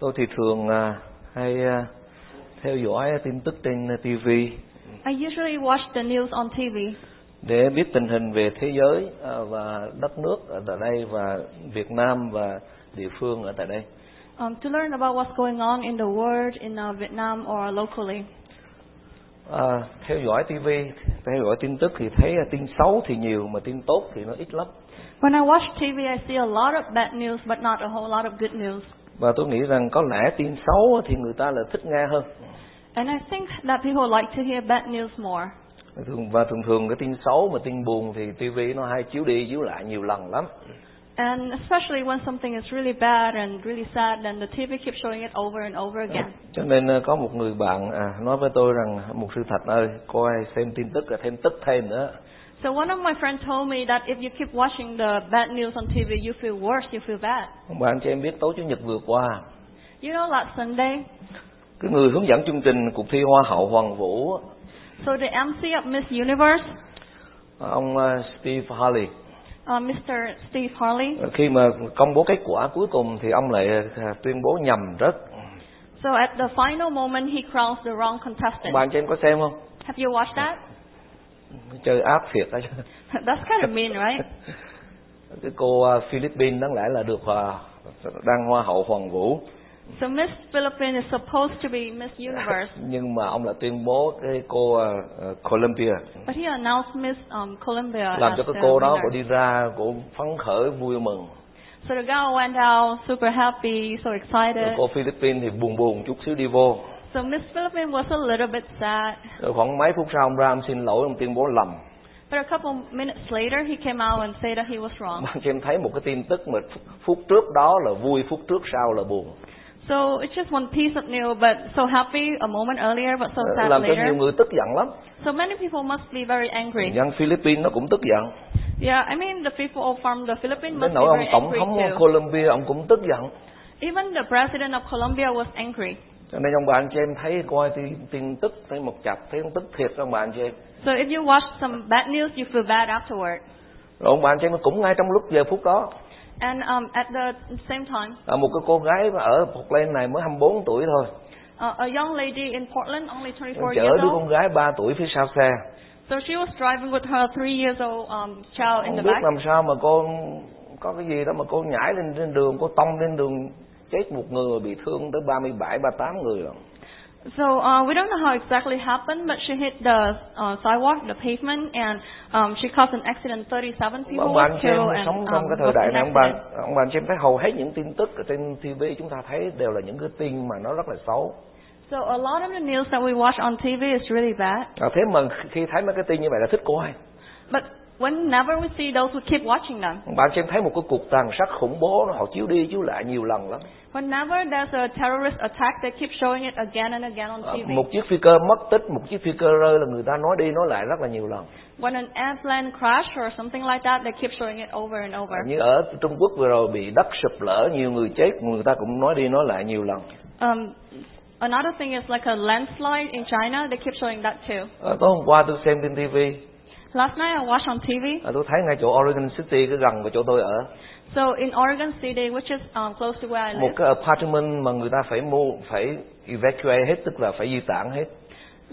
tôi thì thường à, hay à, theo dõi tin tức trên TV I usually watch the news on TV để biết tình hình về thế giới à, và đất nước ở tại đây và Việt Nam và địa phương ở tại đây. um, to learn about what's going on in the world, in uh, Vietnam or locally. À, theo dõi TV, theo dõi tin tức thì thấy à, tin xấu thì nhiều mà tin tốt thì nó ít lắm. When I watch TV, I see a lot of bad news, but not a whole lot of good news. Và tôi nghĩ rằng có lẽ tin xấu thì người ta là thích nghe hơn. And I think that people like to hear bad news more. Thường- Và thường thường cái tin xấu mà tin buồn thì TV nó hay chiếu đi chiếu lại nhiều lần lắm. And especially when something is really bad and really sad, then the TV keeps showing it over and over again. Cho nên ờ, có một người bạn à, nói với tôi rằng một sư Thạch ơi, coi xem tin tức là thêm tức thêm nữa. So one of my friends told me that if you keep watching the bad news on TV, you feel worse, you feel bad. Bạn cho em biết tối chủ nhật vừa qua, You know, last Sunday, cái người hướng dẫn chương trình cuộc thi Hoa hậu Hoàng Vũ, à, á, so the MC of Miss Universe, ông ờ, Steve Harley, Ờ, uh, Mr. Steve Harley, khi mà công bố kết quả cuối cùng thì ông lại ờ, tuyên bố nhầm rất. so at the final moment, he crowns the wrong contestant. Bạn cho em có xem không? Have you watched that? Chơi áp thiệt đó. chứ. That's kind of mean, right? Cái cô ờ, Philippines đáng lẽ là được ờ, đang Hoa hậu Hoàng Vũ. So Miss Philippines is supposed to be Miss Universe, Nhưng mà ông lại tuyên bố cái cô ờ, ờ, Colombia but he announced Miss um, Colombia làm as cho cái the cô đó winner. cô đi ra cô phấn khởi vui mừng So the girl went out super happy, so rồi excited. cô Philippines thì buồn buồn chút xíu đi vô So Miss Philippines was a little bit sad, rồi khoảng mấy phút sau ông ra ông xin lỗi ông tuyên bố lầm but a couple minutes later he came out and said that he was wrong. bạn cho em thấy một cái tin tức mà ph- phút trước đó là vui phút trước sau là buồn So it's just one piece of news, but so happy a moment earlier, but so sad Ờ, làm cho nhiều later. người tức giận lắm So many people must be very angry. dân Philippines nó cũng tức giận Yeah, I mean the people from the đến Philippines must be nỗi ông very tổng angry thống too. Colombia ông cũng tức giận Even the president of Colombia was angry. cho nên ông bạn cho em thấy coi tin, tin tức thấy một chập thấy ông tức thiệt ông bạn cho em So if you watch some bad news, you feel bad afterward. rồi ông bạn cho em cũng ngay trong lúc giờ phút đó And um, at the same time, à, một cái cô gái mà ở Portland này mới 24 tuổi thôi uh, a young lady in Portland, only 24 chở years đứa old, con gái 3 tuổi phía sau xe so she was driving with her three years old um, child in không the biết back. làm sao mà cô có cái gì đó mà cô nhảy lên trên đường cô tông lên đường chết một người mà bị thương tới 37 38 người à. rồi So uh, we don't know how exactly happened, but she hit the uh, sidewalk, the pavement, and um, she caused an accident. 37 people ông were bạn xem killed and sống um, trong cái thời was đại an này ông accident. bạn ông bạn xem thấy hầu hết những tin tức ở trên TV chúng ta thấy đều là những cái tin mà nó rất là xấu So a lot of the news that we watch on TV is really bad. à, thế mà khi thấy mấy cái tin như vậy là thích coi But whenever we see those, we keep watching them. ông bạn xem thấy một cái cuộc tàn sát khủng bố nó họ chiếu đi chiếu lại nhiều lần lắm Whenever there's a terrorist attack, they keep showing it again and again on à, TV. một chiếc phi cơ mất tích một chiếc phi cơ rơi là người ta nói đi nói lại rất là nhiều lần When an airplane crash or something like that, they keep showing it over and over. Như ở Trung Quốc vừa rồi bị đất sụp lở, nhiều người chết, người ta cũng nói đi nói lại nhiều lần. Um, another thing is like a landslide in China. They keep showing that too. Ờ, tối hôm qua tôi xem trên TV, Last night I watched on TV. ờ, tôi thấy ngay chỗ Oregon City, cái gần của chỗ tôi ở, So in Oregon City, which is um, close to where I một live, cái apartment mà người ta phải mua, phải evacuate hết, tức là phải di tản hết.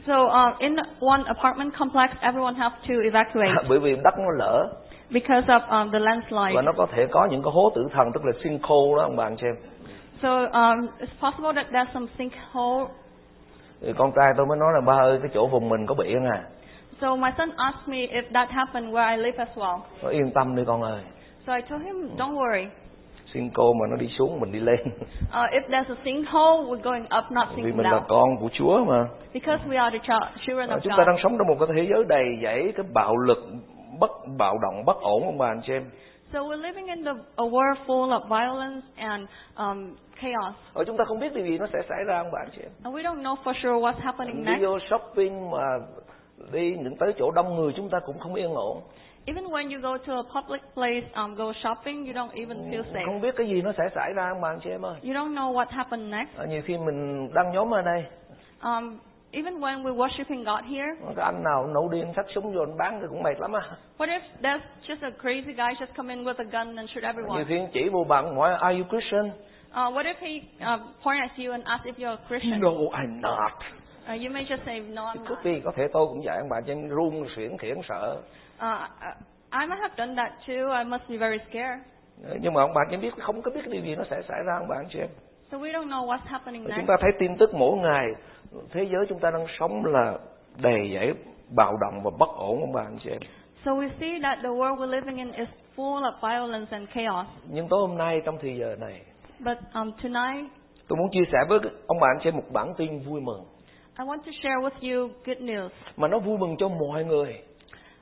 so uh, in one apartment complex, everyone has to evacuate Bởi vì đất nó lở because of um, và the landslide. nó có thể có những cái hố tử thần, tức là sinkhole đó, ông bạn xem. So um, it's possible that there's some sinkhole. Thì con trai tôi mới nói là ba ơi, cái chỗ vùng mình có biển à. So my son asked me if that happened where I live as well. Nó yên tâm đi con ơi, So I told him, don't worry. sinkhole mà nó đi xuống, mình đi lên. Uh, if there's a sinkhole, we're going up, not Vì sinking mình là down. con của Chúa mà. Because we are the child, children Ờ, of chúng ta God. đang sống trong một cái thế giới đầy dẫy cái bạo lực bất bạo động bất ổn ông bà anh chị em So we're living in the, a world full of violence and um, chaos. ở Ờ, chúng ta không biết điều gì nó sẽ xảy ra ông bà anh chị em And we don't know for sure what's happening đi next. vô shopping mà đi những tới chỗ đông người chúng ta cũng không yên ổn Even when you go to a public place, um, go shopping, you don't even feel safe. không biết cái gì nó sẽ xảy ra ông bà anh chị em ơi You don't know what happened next. Ờ, nhiều khi mình đang nhóm ở đây Um, even when we're worshiping God here, cái anh nào nấu điên xách súng vô anh bán thì cũng mệt lắm à. á what if there's just a crazy guy just come in with a gun and shoot nhiều everyone? khi chỉ vô bạn hỏi are you Christian Uh, what if he uh, point at you and ask if you're a Christian? No, "Oh, I'm not. Uh, you may just say, no, I'm Cướp not. Uh, đi, có thể tôi cũng vậy, ông bà cho em run, xuyển, khiển, sợ. Uh, I, I might have done that too. I must be very scared. Nhưng mà ông bà cho em biết, không có biết điều gì nó sẽ xảy ra ông bà anh chị em. So we don't know what's happening Và Chúng next. ta thấy tin tức mỗi ngày, thế giới chúng ta đang sống là đầy dẫy bạo động và bất ổn ông bà anh chị em. So we see that the world we're living in is full of violence and chaos. Nhưng tối hôm nay trong thời giờ này, But um, tonight, tôi muốn chia sẻ với ông bà anh chị em một bản tin vui mừng. I want to share with you good news. Mà nó vui mừng cho mọi người.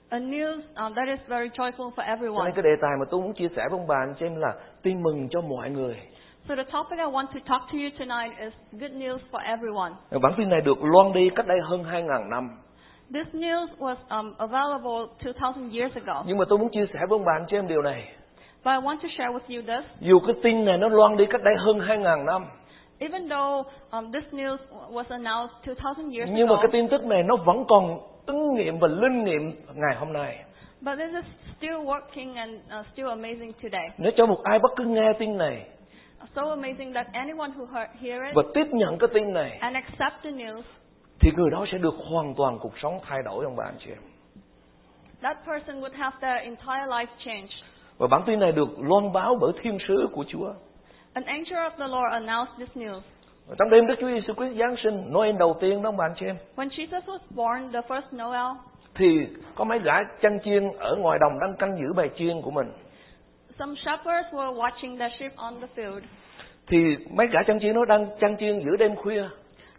A news um, that is very joyful for Cho everyone. nên cái đề tài mà tôi muốn chia sẻ với ông bà anh chị em là tin mừng cho mọi người. So the topic I want to talk to you tonight is good news for everyone. Bản tin này được loan đi cách đây hơn 2.000 năm. This news was um, available 2,000 years ago. Nhưng mà tôi muốn chia sẻ với ông bà anh chị em điều này. But I want to share with you this. Dù cái tin này nó loan đi cách đây hơn 2.000 năm. Even though um, this news was announced 2,000 years Nhưng mà ago, cái tin tức này nó vẫn còn ứng nghiệm và linh nghiệm ngày hôm nay. but this is still working and uh, still amazing today. Nếu cho một ai bất cứ nghe tin này So amazing that anyone who heard, hear it và tiếp nhận cái tin này and accept the news, thì người đó sẽ được hoàn toàn cuộc sống thay đổi ông bà anh chị em. that person would have their entire life changed. Và bản tin này được loan báo bởi thiên sứ của Chúa. An angel of the Lord announced this news. Và Trong đêm Đức Chúa Giêsu Christ Giáng sinh, Noel đầu tiên đó ông bà anh chị em, When Jesus was born, the first Noel, thì có mấy gã chăn chiên ở ngoài đồng đang canh giữ bài chiên của mình. some shepherds were watching their sheep on the field. Thì mấy gã chăn chiên nó đang chăn chiên giữa đêm khuya.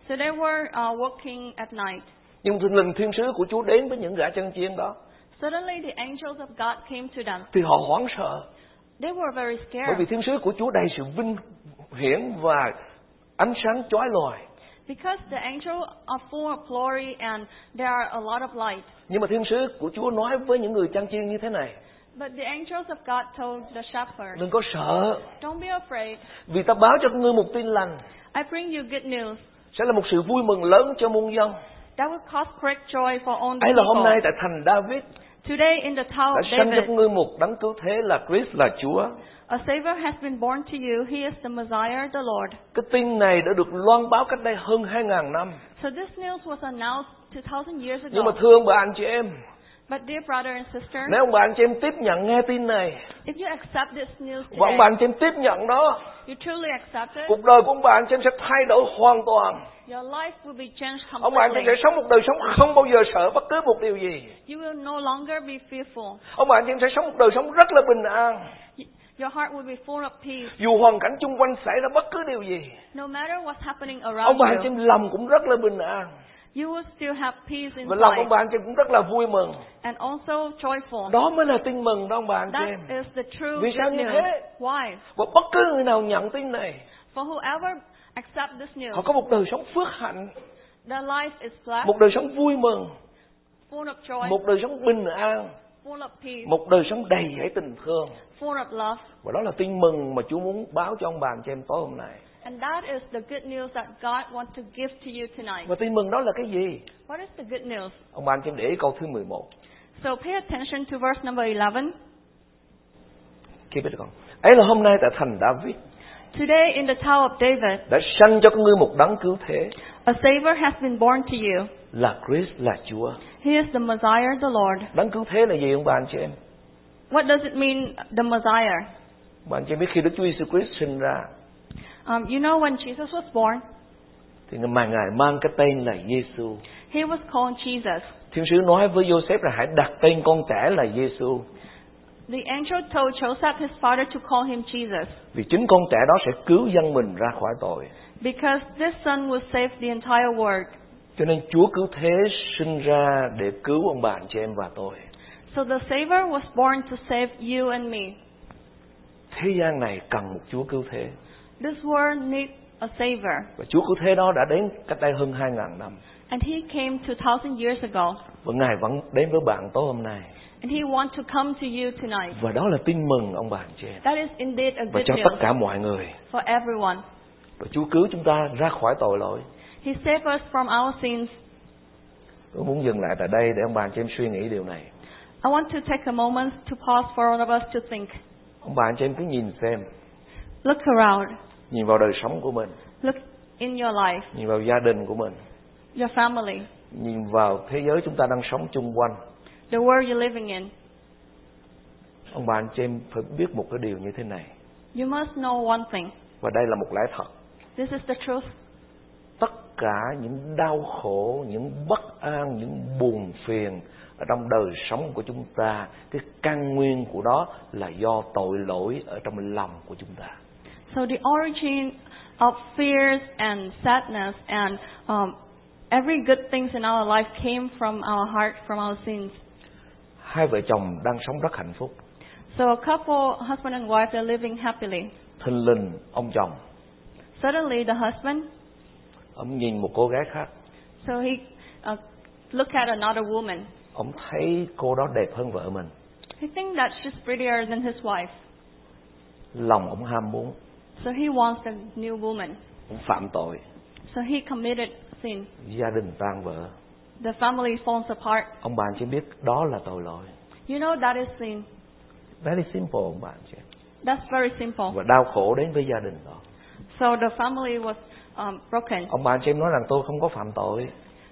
So they were uh, working at night. Nhưng thình lình thiên sứ của Chúa đến với những gã chăn chiên đó Suddenly, the angels of God came to them. thì họ hoảng sợ They were very bởi vì scared thiên sứ của Chúa đầy sự vinh hiển và ánh sáng chói lòa. because the angels are full of glory and there are a lot of light. Nhưng mà thiên sứ của Chúa nói với những người chăn chiên như thế này: But the angels of God told the shepherds, "Đừng có sợ, Don't be afraid. vì ta báo cho các ngươi một tin lành I bring you good news sẽ là một sự vui mừng lớn cho muôn dân. that will cause great joy for all the Ấy là hôm nay people. tại thành David Today, in the tower đã of sanh cho các Oh, David, ngươi một đấng cứu thế là Christ là Chúa." a Savior has been born to you. He is the Messiah, the Lord. Cái tin này đã được loan báo cách đây hơn 2.000 năm. So this news was announced 2,000 years Nhưng mà ago. thương bà anh chị em, But dear brother and sister, nếu ông bà anh chị em tiếp nhận nghe tin này, if you accept this news và ông today, bà anh chị em tiếp nhận đó, you truly accept it, cuộc đời của ông bà anh chị em sẽ thay đổi hoàn toàn. your life will be changed Ông bà anh chị em completely. sẽ sống một đời sống không bao giờ sợ bất cứ một điều gì. You will no longer be fearful. Ông bà anh chị em sẽ sống một đời sống rất là bình an. Y- Your heart will be full of peace, Dù hoàn cảnh xung quanh xảy ra bất cứ điều gì, no matter what's happening ông around bà anh chị you. em lòng cũng rất là bình an. You will still have peace Và lòng ông inside bà anh chị em cũng rất là vui mừng. and also joyful. Đó mới là tin mừng đó ông bà anh chị That em. is the true Vì sao good như news. thế? Why? Và bất cứ người nào nhận tin này, For whoever accepts this news, họ có một đời sống phước hạnh their life is blessed, một đời sống vui mừng full of joy, một đời sống bình an full of peace, một đời sống đầy dẫy tình thương full of love. và đó là tin mừng mà Chúa muốn báo cho ông bà anh chị em tối hôm nay And that is the good news that God wants to give to you tonight. và tin mừng đó là cái gì What is the good news? ông bà anh chị em để ý câu thứ 11 So pay attention to verse number 11. kia biết con ấy là hôm nay tại thành David Today in the Tower of David, đã sanh cho các ngươi một đấng cứu thế a Savior has been born to you. là Christ là Chúa He is the Messiah, the Lord. đấng cứu thế là gì ông bà anh chị em What does it mean, the Messiah? bà anh chị em biết khi Đức Chúa Giêsu Christ sinh ra Um, you know, when Jesus was born, thì mà ngài mang cái tên là Giêsu he was called Jesus. thiên sứ nói với Joseph là hãy đặt tên con trẻ là Giêsu The angel told Joseph, his father, to call him Jesus vì chính con trẻ đó sẽ cứu dân mình ra khỏi tội. because this son will save the entire world. Cho nên Chúa cứu thế sinh ra để cứu ông bà anh chị em và tôi. So the Savior was born to save you and me. Thế gian này cần một Chúa cứu thế. This world needs a Savior, Và Chúa cứu thế đó đã đến cách đây hơn 2.000 năm. and he came 2,000 years ago, Và Ngài vẫn đến với bạn tối hôm nay. and he wants to come to you tonight. Và đó là tin mừng ông bà anh chị em. That is indeed a Và good cho tất news cả mọi người. for everyone. Và Chúa cứu chúng ta ra khỏi tội lỗi. He saved us from our sins. Tôi muốn dừng lại tại đây để ông bà anh chị em suy nghĩ điều này. I want to take a moment to pause for all of us to think. Ông bà anh chị em cứ nhìn xem. Look around. nhìn vào đời sống của mình Look in your life, nhìn vào gia đình của mình your family, nhìn vào thế giới chúng ta đang sống chung quanh the world you're living in. ông bà anh chị em phải biết một cái điều như thế này You must know one thing. và đây là một lẽ thật This is the truth. tất cả những đau khổ những bất an những buồn phiền ở trong đời sống của chúng ta cái căn nguyên của đó là do tội lỗi ở trong lòng của chúng ta So the origin of fears and sadness and um, every good things in our life came from our heart, from our sins. hai vợ chồng đang sống rất hạnh phúc So a couple, husband and wife, they're living happily. thình lình ông chồng Suddenly the husband, ông nhìn một cô gái khác so he uh, look at another woman. ông thấy cô đó đẹp hơn vợ mình He think that she's prettier than his wife. lòng ông ham muốn So he wants the new woman. ông phạm tội So he committed sin. gia đình tan vỡ The family falls apart. ông bà anh chị biết đó là tội lỗi You know that is sin. very simple ông bà anh chị That's very simple. và đau khổ đến với gia đình đó So the family was um, broken. ông bà anh chị em nói rằng tôi không có phạm tội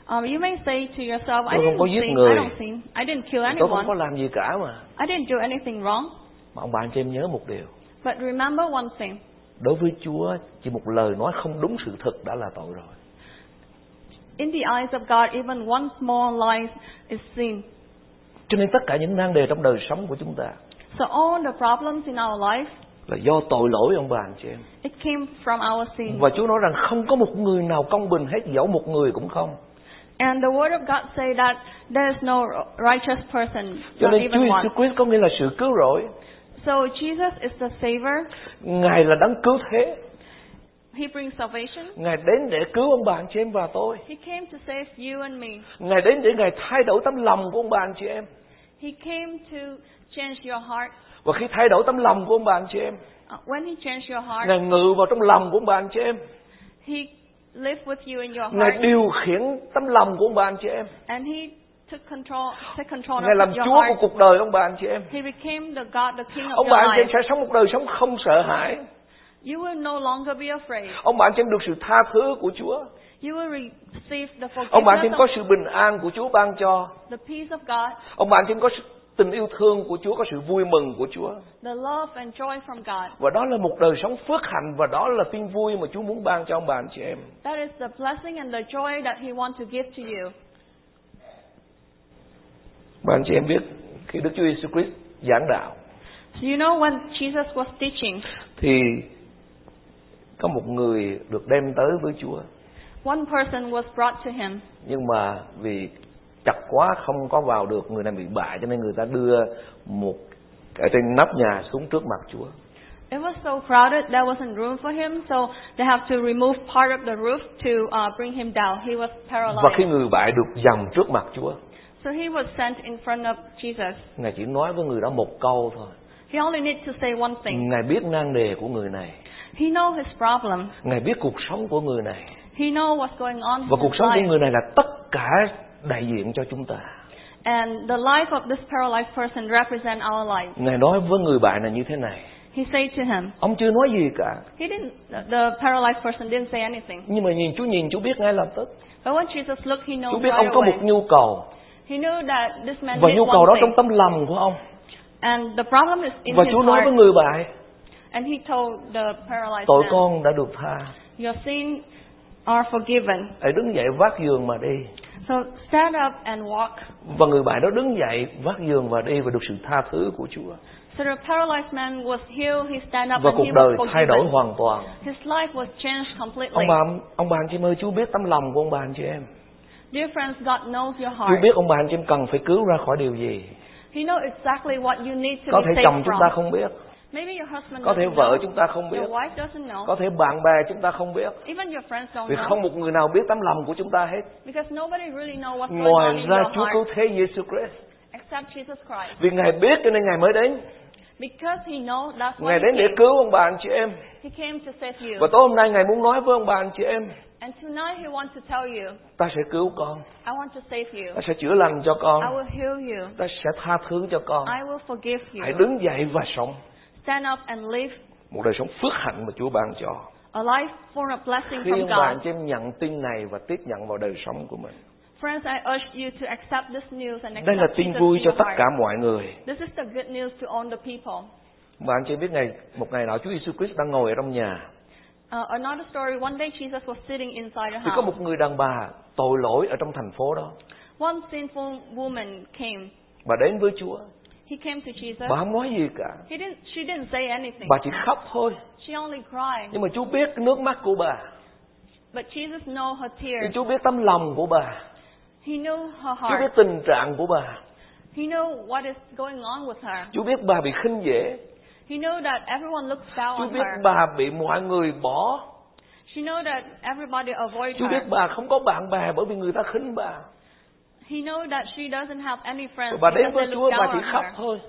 Um, you may say to yourself, I Tôi không didn't có giết sin, người. I don't sin, I didn't kill tôi không anyone, có làm gì cả mà I didn't do anything wrong. mà ông bà anh chị em nhớ một điều But remember one thing, đối với Chúa chỉ một lời nói không đúng sự thật đã là tội rồi in the eyes of God, even one small lie is sin. cho nên tất cả những nan đề trong đời sống của chúng ta So all the problems in our life, là do tội lỗi ông bà anh chị em it came from our sin. và Chúa nói rằng không có một người nào công bình hết dẫu một người cũng không And the Word of God say that there is no righteous person, cho not nên Chúa even one. Giêsu Christ có nghĩa là sự cứu rỗi So Jesus is the Savior. Ngài là đấng cứu thế He brings salvation. Ngài đến để cứu ông bà anh chị em và tôi He came to save you and me. Ngài đến để Ngài thay đổi tấm lòng của ông bà anh chị em He came to change your heart. Và khi thay đổi tấm lòng của ông bà anh chị em Uh, When He changed your heart, Ngài ngự vào trong lòng của ông bà anh chị em He lived with you in your Ngài heart, điều khiển tấm lòng của ông bà anh chị em and He took control, took control Ngài làm of your Chúa heart. của cuộc đời ông bà anh chị em He became the Oh, God, the King of Ông bà your anh chị em life. sẽ sống một đời sống không sợ hãi You will no longer be afraid. Ông bà anh chị em được sự tha thứ của Chúa You will receive the Ông bà anh chị em forgiveness có sự bình an của Chúa ban cho of the peace of God, Ông bà anh chị em có sự tình yêu thương của Chúa Có sự vui mừng của Chúa the love and joy from God. Và đó là một đời sống phước hạnh Và đó là tin vui mà Chúa muốn ban cho ông bà anh chị em That is the blessing and the joy that He wants to give to you. Bà anh chị em biết Khi Đức Chúa Jesus Christ giảng đạo So you know when Jesus was teaching, Thì có một người được đem tới với Chúa one person was brought to Him, Nhưng mà vì chặt quá không có vào được Người này bị bại cho nên người ta đưa một ở trên nóc nhà xuống trước mặt Chúa It was so crowded, there wasn't room for him, so they have to remove part of the roof to uh, bring him down. He was Và khi paralyzed. người bại được dầm trước mặt Chúa So he was sent in front of Jesus. Ngài chỉ nói với người đó một câu thôi He only needs to say one thing. Ngài biết nan đề của người này He knows his problem. Ngài biết cuộc sống của người này He knows what's going on Và in cuộc his sống của life. người này là tất cả đại diện cho chúng ta And the life of this paralyzed person represent our life. Ngài nói với người bạn này như thế này He said to him, Ông chưa nói gì cả he didn't, the paralyzed person didn't say anything. Nhưng mà nhìn Chúa nhìn Chúa biết ngay lập tức But when Jesus looked, he knows Chúa biết ông right có một away. nhu cầu He knew that this man Và needs nhu cầu one đó trong thing. tâm lòng của ông And the problem is in Và his Chúa nói với heart. người bạn And he told the paralyzed Tội man, con đã được tha Your sins are forgiven. Hãy đứng dậy vác giường mà đi So stand up and walk. Và người bạn đó đứng dậy vác giường mà đi Và được sự tha thứ của Chúa So the paralyzed man was healed. He stand up Và and cuộc he đời was thay đổi forgiven. hoàn toàn His life was changed completely. Ông bà, ông bà anh chị em ơi Chúa biết tấm lòng của ông bà anh chị em Dear friends, God knows your Chúa heart. biết ông bà anh chị em cần phải cứu ra khỏi điều gì He knows exactly what you need to Có be thể saved chồng chúng from. ta không biết Maybe your husband Có thể doesn't vợ know. chúng ta không biết Your wife doesn't know. Có thể bạn bè chúng ta không biết Even your friends don't Vì know. không một người nào biết tấm lòng của chúng ta hết Because nobody really knows what's going on Ngoài in ra your Chúa heart cứu thế Giêsu Christ except Jesus Christ. Vì Ngài biết cho nên Ngài mới đến Because He knows that's why Ngài đến để he, cứu ông bà anh chị em came. he came to save you. Và tối hôm nay Ngài muốn nói với ông bà anh chị em And tonight He wants to tell you, Ta sẽ cứu con I want to save you. Ta sẽ chữa lành cho con I will heal you. Ta sẽ tha thứ cho con I will forgive you. Hãy đứng dậy và sống Stand up and live Một đời sống phước hạnh mà Chúa ban cho a life form of blessing khi from ông bà anh God. chị em nhận tin này và tiếp nhận vào đời sống của mình Friends, I urge you to accept this news and đây là accept tin Jesus vui in cho your tất heart. cả mọi người This is the good news to all the people. mà anh chị biết ngày một ngày nọ Chúa Giêsu Christ đang ngồi ở trong nhà Uh, another story, one day Jesus was sitting inside a thì có house. một người đàn bà tội lỗi ở trong thành phố đó One sinful woman came. bà đến với Chúa He came to Jesus. bà không nói gì cả He didn't, she didn't say anything. bà chỉ khóc thôi She only cried. nhưng mà Chúa biết cái nước mắt của bà But Jesus knew her Thì tears. Chúa biết tấm lòng của bà He knew her Chúa biết Dạ. heart. tình trạng của bà He knew what is going on with her. Chúa biết bà bị khinh dễ He knew that everyone looks down Chúa on biết her. bà bị mọi người bỏ She knew that everybody avoids Chúa biết her. bà không có bạn bè bởi vì người ta khinh bà He knew that she doesn't have any friends Rồi bà đến because với they Chúa look down bà chỉ on khóc her. thôi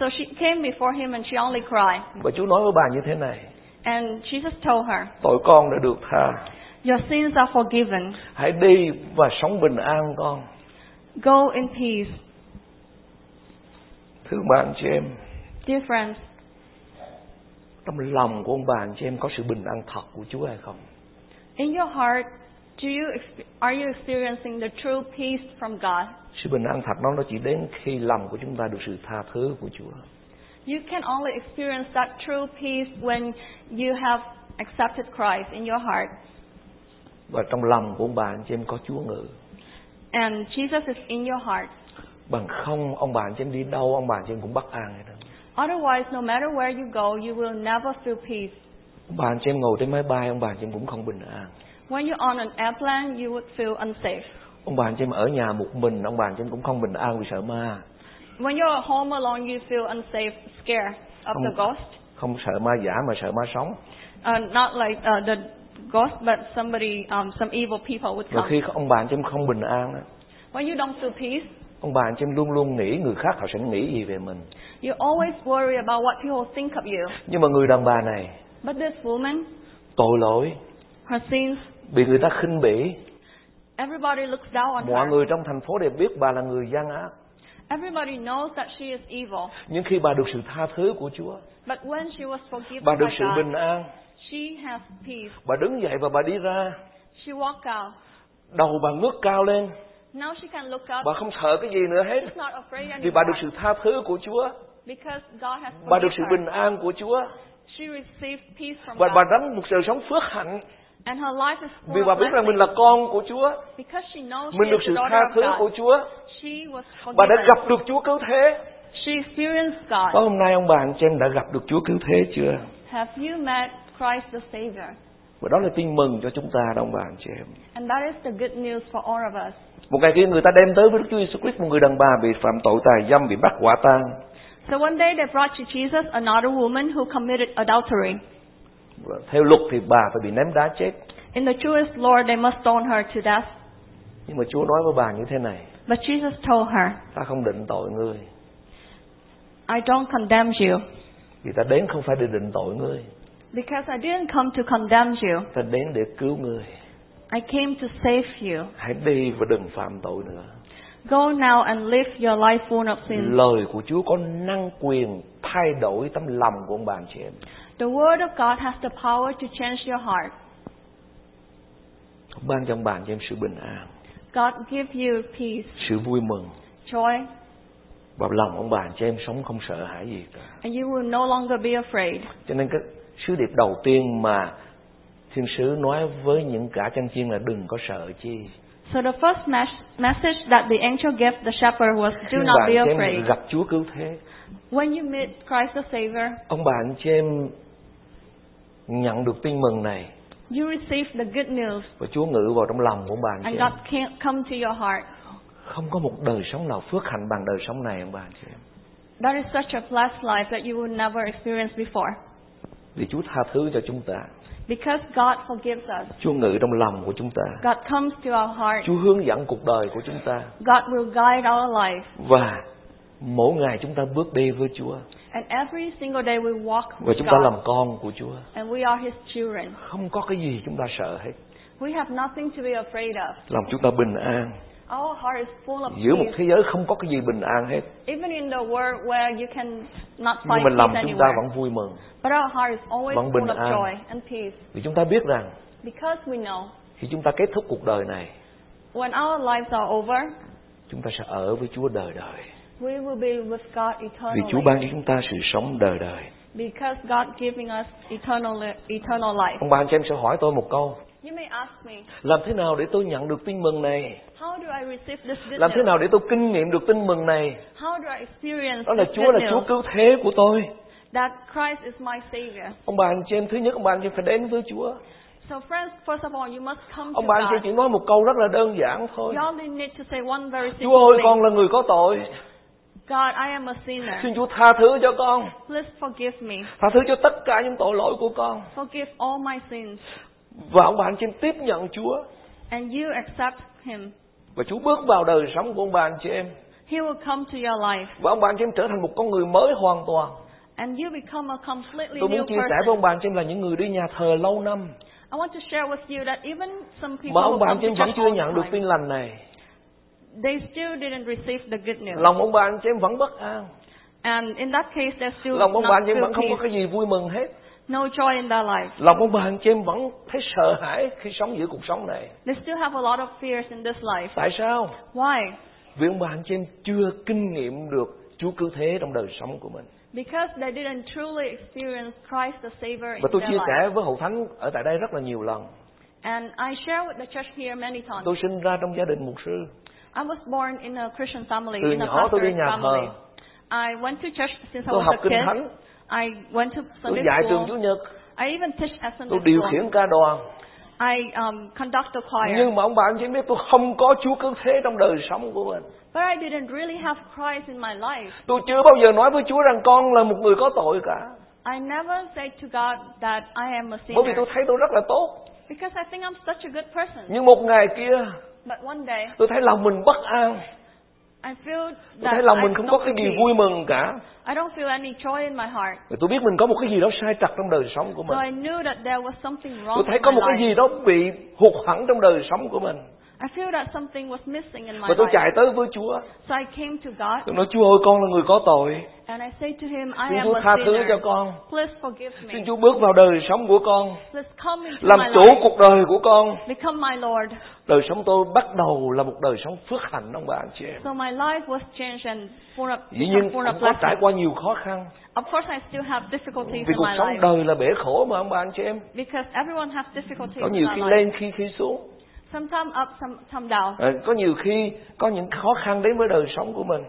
So she came before him and she only cried. Và Chúa nói với bà như thế này And Jesus told her, Tội con đã được tha Your sins are forgiven. Hãy đi và sống bình an con Go in peace. Thưa bà anh chị em Dear friends, Trong lòng của ông bà anh chị em có sự bình an thật của Chúa hay không? in your heart, do you exp- are you experiencing the true peace from God? Sự bình an thật đó nó chỉ đến khi lòng của chúng ta được sự tha thứ của Chúa You can only experience that true peace when you have accepted Christ in your heart. Và trong lòng của ông bà anh chị em có Chúa ngự And Jesus is in your heart. Bằng không ông bà anh chị em đi đâu ông bà anh chị em cũng bất an hết đó. Otherwise, no matter where you go, you will never feel peace. Ông bà anh chị em ngồi trên máy bay ông bà anh chị em cũng không bình an When you're on an airplane, you would feel unsafe. Ông bà anh chị em ở nhà một mình ông bà anh chị em cũng không bình an vì sợ ma When you're home alone, you feel unsafe, scared of the Không- ghost. Không sợ ma giả mà sợ ma sống Uh, not like uh, the ghost, but somebody, um, some evil people would Và come. khi ông bà anh chị em không bình an á, When you don't feel peace, Ông bà anh chị em luôn luôn nghĩ người khác họ sẽ nghĩ gì về mình you always worry about what people think of you. Nhưng mà người đàn bà này But this woman, tội lỗi her sins, Bị người ta khinh bỉ everybody looks down on Mọi her. người trong thành phố đều biết bà là người gian ác Everybody knows that she is evil. Nhưng khi bà được sự tha thứ của Chúa But when she was forgiven Bà được by sự God, bình an she has peace. Bà đứng dậy và bà đi ra She walked out. Đầu bà ngước cao lên Now she can look up. Bà không sợ cái gì nữa hết She's not afraid Vì bà anymore được sự tha thứ của Chúa because God has Bà được sự forgiven her. bình an của Chúa She received peace from Và God. bà sống một đời sống phước hạnh and her life is full Vì of bà biết rằng blessings mình là con của Chúa because she knows Mình được she sự is the tha daughter of thứ God. của Chúa She was Bà đã forgiven. gặp được Chúa cứu thế She experienced God. Có hôm nay ông bà anh chị em đã gặp được Chúa cứu thế chưa Have you met Christ the Savior? Và đó là tin mừng cho chúng ta đó ông bà anh chị em And that is the good news for all of us. Một ngày kia người ta đem tới với Đức Chúa Giêsu Christ một người đàn bà bị phạm tội tài dâm bị bắt quả tang So one day they brought to Jesus another woman who committed adultery. Và Theo luật thì bà phải bị ném đá chết In the Jewish law, they must stone her to death. Nhưng mà Chúa nói với bà như thế này But Jesus told her, Ta không định tội ngươi I don't condemn you Vì ta đến không phải để định tội ngươi because I didn't come to condemn you. Ta đến để cứu ngươi I came to save you. Hãy đi và đừng phạm tội nữa Go now and live your life full of sin. Lời của Chúa có năng quyền thay đổi tấm lòng của ông bà anh chị em The word of God has the power to change your heart. Ban cho ông bà anh chị em sự bình an God give you peace, Sự vui mừng joy, Và lòng ông bà anh chị em sống không sợ hãi gì cả and you will no longer be afraid. Cho nên cái sứ điệp đầu tiên mà Thiên sứ nói với những cả chăn chiên là đừng có sợ chi So the first mes- message that the angel gave the shepherd was Khi do ông bà not be anh chị em afraid. gặp Chúa cứu thế When you meet Christ the Savior, Ông bà anh chị em nhận được tin mừng này you receive the good news Và Chúa ngự vào trong lòng của ông bà anh chị and em God can come to your heart. Không có một đời sống nào phước hạnh bằng đời sống này ông bà anh chị em That is such a blessed life that you will never experience before. Vì Chúa tha thứ cho chúng ta Because God forgives us. Chúa ngự trong lòng của chúng ta God comes to our heart. Chúa hướng dẫn cuộc đời của chúng ta God will guide our life. Và mỗi ngày chúng ta bước đi với Chúa And every single day we walk Và with chúng ta làm God. con của Chúa And we are His children. Không có cái gì chúng ta sợ hết We have nothing to be afraid of. Lòng chúng ta bình an Our heart is full of giữa một peace. thế giới không có cái gì bình an hết Even in the world where you can not nhưng find mà peace lòng chúng ta anywhere. vẫn vui mừng But our heart is always vẫn bình full of an. joy and peace vì chúng ta biết rằng because we know khi chúng ta kết thúc cuộc đời này when our lives are over, chúng ta sẽ ở với Chúa đời đời we will be with God vì Chúa eternally ban cho chúng ta sự sống đời đời because God giving us eternal li- eternal life. ông bà anh chị em sẽ hỏi tôi một câu You may ask me, làm thế nào để tôi nhận được tin mừng này how do I receive this good làm thế news? nào để tôi kinh nghiệm được tin mừng này How do I experience đó là this Chúa good là Chúa news cứu thế của tôi that Christ is my savior? ông bà anh chị em thứ nhất ông bà anh chị em phải đến với Chúa So friends, first of all, you must come ông to bà anh chị God. em chỉ nói một câu rất là đơn giản thôi You only need to say one very Chúa simple ơi thing. con là người có tội God, I am a sinner. xin Chúa tha thứ cho con Please forgive me. tha thứ cho tất cả những tội lỗi của con Forgive all my sins. và ông bà anh chị em tiếp nhận Chúa And you accept Him. và Chúa bước vào đời sống của ông bà anh chị em He will come to your life. và ông bà anh chị em trở thành một con người mới hoàn toàn And you become a completely tôi new muốn chia sẻ với person. ông bà anh chị em là những người đi nhà thờ lâu năm I want to share with you that even some people mà ông who bà anh chị come to em vẫn church chưa all nhận được the tin time, lành này they still didn't receive the good news. lòng ông bà anh chị em vẫn bất an And in that case, they're still lòng ông bà not anh chị em vẫn không feel có cái peace, gì vui mừng hết no joy in their life. lòng ông bà anh chị em vẫn thấy sợ hãi khi sống giữa cuộc sống này They still have a lot of fears in this life. tại sao Why? vì ông bà anh chị em chưa kinh nghiệm được Chúa cứu thế trong đời sống của mình Because they didn't truly experience Christ the Savior in và tôi their chia life. sẻ với hậu thánh ở tại đây rất là nhiều lần And I share with the church here many times. tôi sinh ra trong gia đình mục sư I was born in a Christian family, Từ in a nhỏ tôi đi pastor's nhà family. thờ. I went to church since I Tôi was học a kinh kid. thánh. I went to tôi Sunday dạy trường school. chủ nhật I even teach at Sunday tôi điều school. khiển ca đoàn I um, conduct the choir. nhưng mà ông bà anh chị em biết tôi không có Chúa cứu thế trong đời sống của mình But I didn't really have Christ in my life. Tôi chưa bao giờ nói với Chúa rằng con là một người có tội cả. I never said to God that I am a Bởi vì sinner tôi thấy tôi rất là tốt. because I think I'm such a good person. Nhưng một ngày kia, But one day tôi thấy lòng mình bất an. I feel Tôi that thấy lòng I mình không có don't cái gì feel- vui mừng cả. I don't feel any joy in my heart. Và tôi biết mình có một cái gì đó sai trật trong đời sống của So mình. I knew that there was something wrong Tôi thấy in có my một cái life. gì đó bị hụt hẳn trong đời sống của mình. I feel that something was missing in my Và tôi life. chạy tới với Chúa. So I came to God Tôi nói Chúa ơi con là người có tội. and I say to him, I Xin am Chúa a tha thứ sinner. cho con. Please forgive Xin me. Chúa bước vào đời sống của con. Please come into Làm my chủ life. cuộc đời của con. Become my Lord. Đời sống tôi bắt đầu là một đời sống phước hạnh ông bà anh chị em. So my life was changed and full of, Dĩ nhiên full of cũng có trải blessings. qua nhiều khó khăn. Of course, I still have difficulties Vì in cuộc my sống life đời là bể khổ mà ông bà anh chị em because everyone has difficulties Có in nhiều our khi life. lên khi khi xuống Sometimes up, some, some down. Ờ, Có nhiều khi có những khó khăn đến với đời sống của mình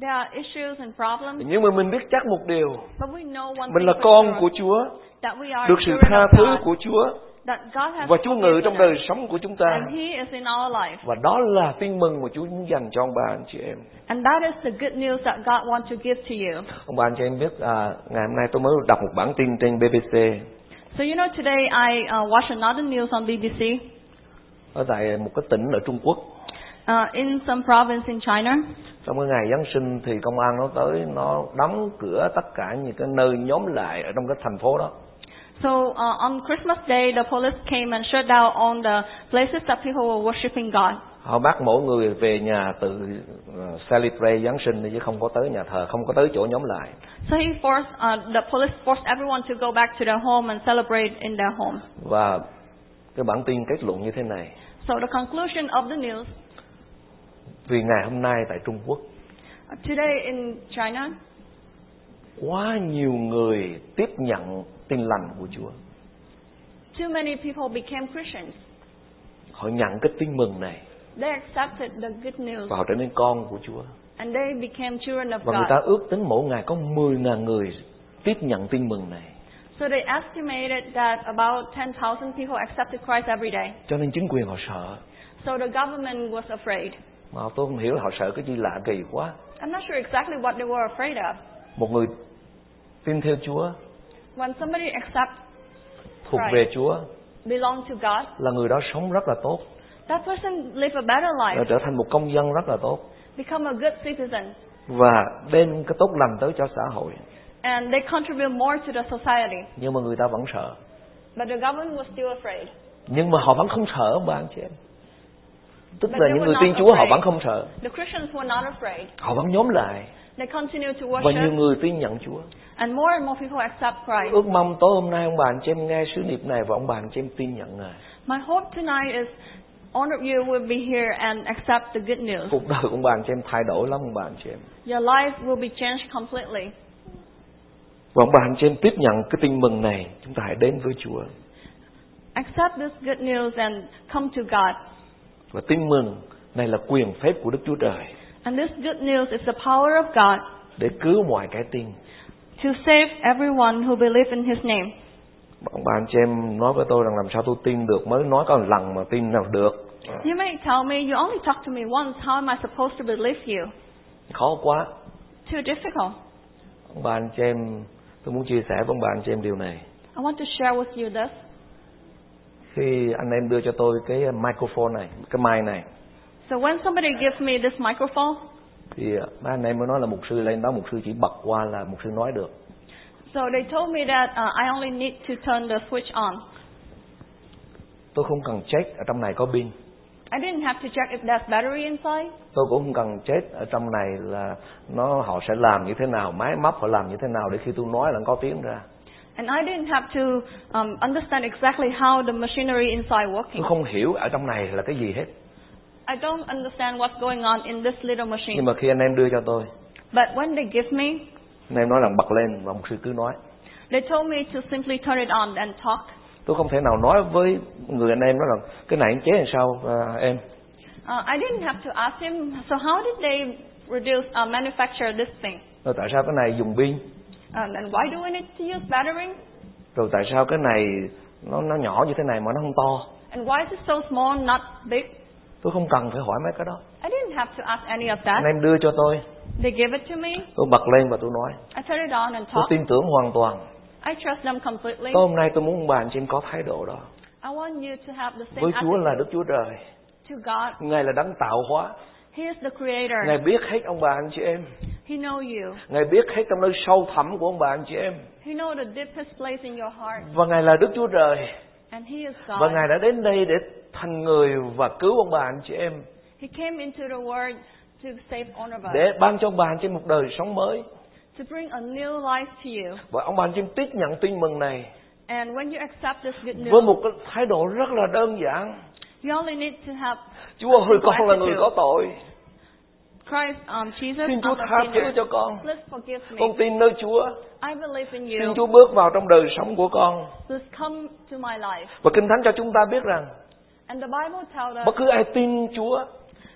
There are issues and problems, Nhưng mà mình biết chắc một điều but we know one Mình thing là for con sure, của Chúa that we are Được sự children tha of thứ God, của Chúa that God has Và Chúa ngự forgiven trong us, đời sống của chúng ta and He is in our life. Và đó là tin mừng mà Chúa muốn dành cho ông bà anh chị em And that is the good news that God wants to give to you. Ông bà anh chị em biết à, Ngày hôm nay tôi mới đọc một bản tin trên BBC So you know, today I uh, watched another news on BBC Ở tại một cái tỉnh ở Trung Quốc uh, in some province in China. trong cái ngày Giáng sinh thì công an nó tới nó đóng cửa tất cả những cái nơi nhóm lại ở trong cái thành phố đó So uh, on Christmas Day, the police came and shut down all the places that people were worshiping God. họ bắt mỗi người về nhà tự ờ, celebrate Giáng sinh đi chứ không có tới nhà thờ không có tới chỗ nhóm lại So he forced uh, the police forced everyone to go back to their home and celebrate in their home. và cái bản tin kết luận như thế này So the conclusion of the news vì ngày hôm nay tại Trung Quốc uh, today in China, quá nhiều người tiếp nhận tin lành của Chúa too many people became Christians. họ nhận cái tin mừng này They accepted the good news và họ trở nên con của Chúa and they became children of và người ta God. ước tính mỗi ngày có 10.000 người tiếp nhận tin mừng này So they estimated that about 10,000 people accepted Christ every day. cho nên chính quyền họ sợ So the government was afraid. mà tôi không hiểu là họ sợ cái gì lạ kỳ quá I'm not sure exactly what they were afraid of. một người tin theo Chúa When somebody accepts, thuộc Right. về Chúa belong to God, là người đó sống rất là tốt that person live a better là life, trở thành một công dân rất là tốt become a good citizen, và đem cái tốt lành tới cho xã hội and they contribute more to the society. nhưng mà người ta vẫn sợ But the government was still afraid. nhưng mà họ vẫn không sợ ông bà anh chị em tức But là they những were người not tin Chúa họ afraid. vẫn không sợ The Christians were not afraid. họ vẫn nhóm lại They continued to và nhiều worship, người tin nhận Chúa and more and more people accept Christ. ước mong tối hôm nay ông bà anh chị em nghe sứ điệp này và ông bà anh chị em tin nhận Ngài My hope tonight is all of you will be here and accept the good news. cuộc đời của ông bà anh chị em thay đổi lắm ông bà anh chị em Your life will be changed completely. và ông bà anh chị em tiếp nhận cái tin mừng này chúng ta hãy đến với Chúa Accept this good news and come to God. và tin mừng này là quyền phép của Đức Chúa Trời And this good news is the power of God để cứu mọi cái tin to save everyone who believes in His name. ông bà anh chị em nói với tôi rằng làm sao tôi tin được mới nói có một lần mà tin nào được You may tell me, you only talked to me once, how am I supposed to believe you? khó quá Too difficult. ông bà anh chị em tôi muốn chia sẻ với ông bà anh chị em điều này I want to share with you this. khi anh em đưa cho tôi cái à, microphone này cái mic này So when somebody gives me this microphone, thì mấy anh em mới nói là mục sư lên đó mục sư chỉ bật qua là mục sư nói được so they told me that uh, I only need to turn the switch on. tôi không cần check ở trong này có pin I didn't have to check if there's battery inside. tôi cũng không cần check ở trong này là nó họ sẽ làm như thế nào máy móc họ làm như thế nào để khi tôi nói là có tiếng ra And I didn't have to um, understand exactly how the machinery inside tôi working. không hiểu ở trong này là cái gì hết I don't understand what's going on in this little nhưng machine. mà khi anh em đưa cho tôi But when they give me, anh em nói là bật lên và mục sư cứ nói they told me to simply turn it on and talk. tôi không thể nào nói với người anh em nói là cái này anh chế làm sao à, em Uh, I didn't have to ask him. So how did they reduce uh, manufacture this thing? rồi tại sao cái này dùng pin Um, and why do we need to use battery? rồi tại sao cái này nó nó nhỏ như thế này mà nó không to And why is it so small, not big? tôi không cần phải hỏi mấy cái đó I didn't have to ask any of anh that. em đưa cho tôi They gave it to me. tôi bật lên và tôi nói I turned it on and tôi talked. tin tưởng hoàn toàn I trust them completely. tối hôm nay tôi muốn bạn trên có thái độ đó I want you to have the same với Chúa attitude là Đức Chúa Trời to God. ngài là đấng tạo hóa He is the creator. ngài biết hết ông bà anh chị em He know you. ngài biết hết trong nơi sâu thẳm của ông bà anh chị em He know the deepest place in your heart. và ngài là Đức Chúa Trời And He is và God. ngài đã đến đây để thành người và cứu ông bà anh chị em He came into the world to save all of us, để ban cho ông bà anh chị em một đời sống mới to bring a new life to you. và ông bà anh chị em tiếp nhận tin mừng này And when you accept this good với news, Vâng, một cái thái độ rất là đơn giản you only need to have Chúa ơi con là người có tội Christ, um, Jesus, xin Chúa I'm a tha thứ sinner. cho con Please forgive con me. tin nơi Chúa I believe in xin you. Chúa bước vào trong đời sống của con Please come to my life. Và Kinh Thánh cho chúng ta biết rằng And the Bible tells us, bất cứ ai tin Chúa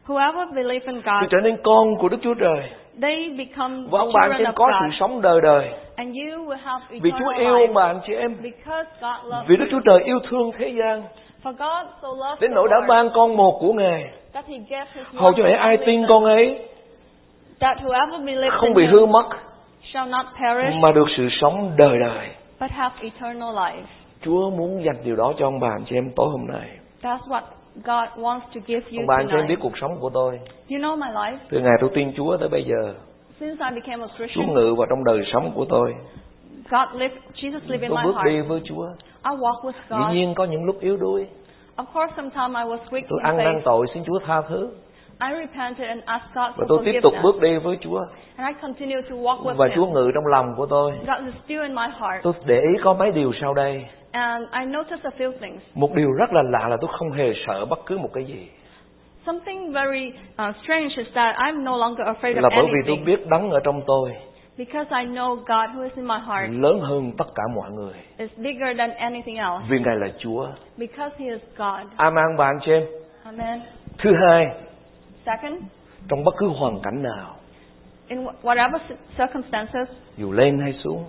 whoever believes in thì God, trở nên con của Đức Chúa Trời. they become Và the ông bà anh chị children em of có sự God. sống đời đời. And you will have Vì Chúa yêu eternal ông life. bà anh chị em. Because God loves Vì Đức Chúa you. Trời yêu thương thế gian. For God so loved Đến the nỗi đã world ban con một của Ngài. that he gave his Hầu one cho để ai only tin son, con ấy that whoever believes không in bị him hư mất shall not perish mà được sự sống đời đời. but have eternal life. Chúa muốn dành điều đó cho ông bà anh chị em tối hôm nay. That's what God wants to give you Ông bà anh chị em tonight. biết cuộc sống của tôi. You know my life Từ ngày tôi tin Chúa tới bây giờ, since I became a Chúa Christian. ngự vào trong đời sống của tôi. God lived, Jesus lived in Tôi my bước đi heart. với Chúa. I walk with Dĩ God. nhiên có những lúc yếu đuối. Of course, sometimes I was weak Tôi in ăn năn faith. tội xin Chúa tha thứ. I repented and asked God Và for tôi tiếp tục forgiveness. bước đi với Chúa And I continue to walk with Và Chúa Him. ngự trong lòng của tôi God is still in my heart. Tôi để ý có mấy điều sau đây And I noticed a few things. Một điều rất là lạ là tôi không hề sợ bất cứ một cái gì Something very uh, strange is that I'm no longer afraid of Là bởi vì tôi anything biết đấng ở trong tôi because I know God who is in my heart Lớn hơn tất cả mọi người is bigger than anything else Vì Ngài là Chúa because He is God. Amen bạn chị em Amen. Thứ hai Second, Trong bất cứ hoàn cảnh nào in wh- whatever c- circumstances, Dù lên hay xuống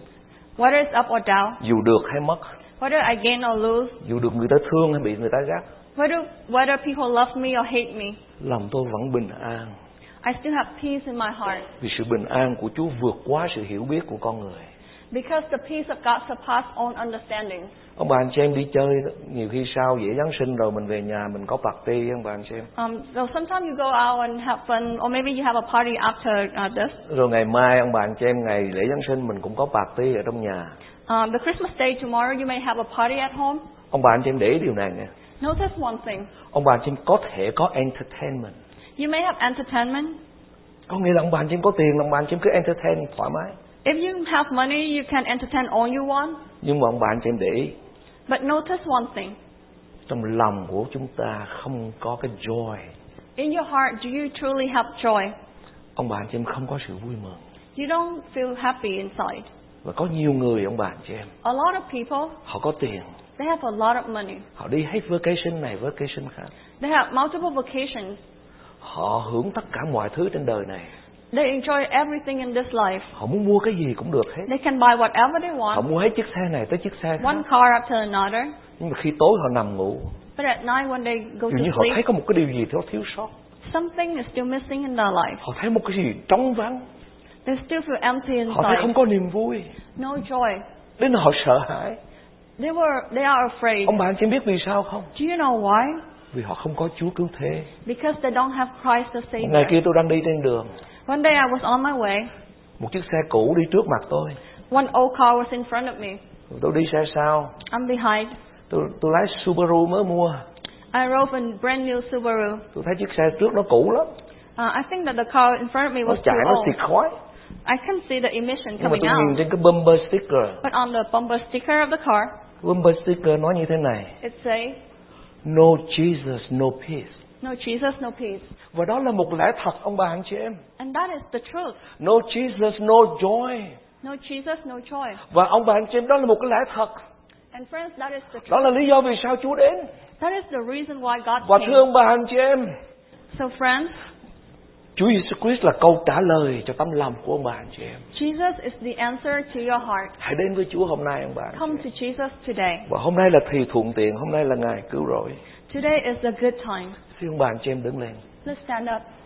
whether it's up or down, Dù được hay mất whether I gain or lose, Dù được người ta thương hay bị người ta gắt whether whether people love me or hate me, Lòng tôi vẫn bình an I still have peace in my heart Vì sự bình an của Chúa vượt quá sự hiểu biết của con người because the peace of God surpasses all understanding. ông bà anh chị em đi chơi đó, nhiều khi sau dễ Giáng sinh rồi mình về nhà mình có party ông bà anh chị em Um, so sometimes you go out and have fun, or maybe you have a party after uh, this. rồi ngày mai ông bà anh chị em ngày lễ Giáng sinh mình cũng có party ở trong nhà Um, the Christmas day tomorrow, you may have a party at home. ông bà anh chị em để ý điều này nè Notice one thing. ông bà anh chị em có thể có entertainment You may have entertainment. có nghĩa là ông bà anh chị em có tiền là ông bà anh chị em cứ entertain thoải mái If you have money, you can entertain all you want. nhưng mà ông bà anh chị em để ý But notice one thing. trong lòng của chúng ta không có cái joy In your heart, do you truly have joy? ông bà anh chị em không có sự vui mừng You don't feel happy inside. và có nhiều người ông bà anh chị em A lot of people, họ có tiền they have a lot of money. họ đi hết vacation này vacation khác They have multiple vacations. họ hưởng tất cả mọi thứ trên đời này They enjoy everything in this life. họ muốn mua cái gì cũng được hết They can buy whatever they họ want, mua hết chiếc xe này tới chiếc xe khác one car after another. nhưng mà khi tối họ nằm ngủ But at night, when they go to dường như họ thấy sleep, có một cái điều gì đó thiếu sót something is still missing in their life. họ thấy một cái gì trống vắng They still feel empty họ thấy không inside, có niềm vui no joy. đến họ sợ hãi They were, they are afraid. ông bạn chỉ biết vì sao không Do you know why? vì họ không có chúa cứu thế Because they don't have Christ as Một ngày Savior. kia tôi đang đi trên đường One day I was on my way. một chiếc xe cũ đi trước mặt tôi One old car was in front of me. tôi đi xe sau I'm behind. tôi tôi lái Subaru mới mua I drove a brand new Subaru. tôi thấy chiếc xe trước nó cũ lắm Uh, I think that the car in front of me nó was too chạy nó old. xịt khói I can see the emission nhưng mà coming tôi nhìn out. trên cái bumper sticker But on the bumper sticker of the car, bumper sticker nói như thế này it say, no Jesus no peace "No Jesus, no peace." và đó là một lẽ thật ông bà anh chị em And that is the truth. no Jesus no joy No Jesus, no joy. và ông bà anh chị em đó là một cái lẽ thật And friends, that is the đó truth. là lý do vì sao Chúa đến That is the reason why God và thưa came. ông bà anh chị em So friends, Chúa Jesus Christ là câu trả lời cho tấm lòng của ông bà anh chị em Jesus is the answer to your heart. hãy đến với Chúa hôm nay ông bà anh chị Come em. to Jesus today. và hôm nay là thì thuận tiện hôm nay là ngày cứu rỗi Today is a good time. xin ông bà anh chị em đứng lên Let's stand up.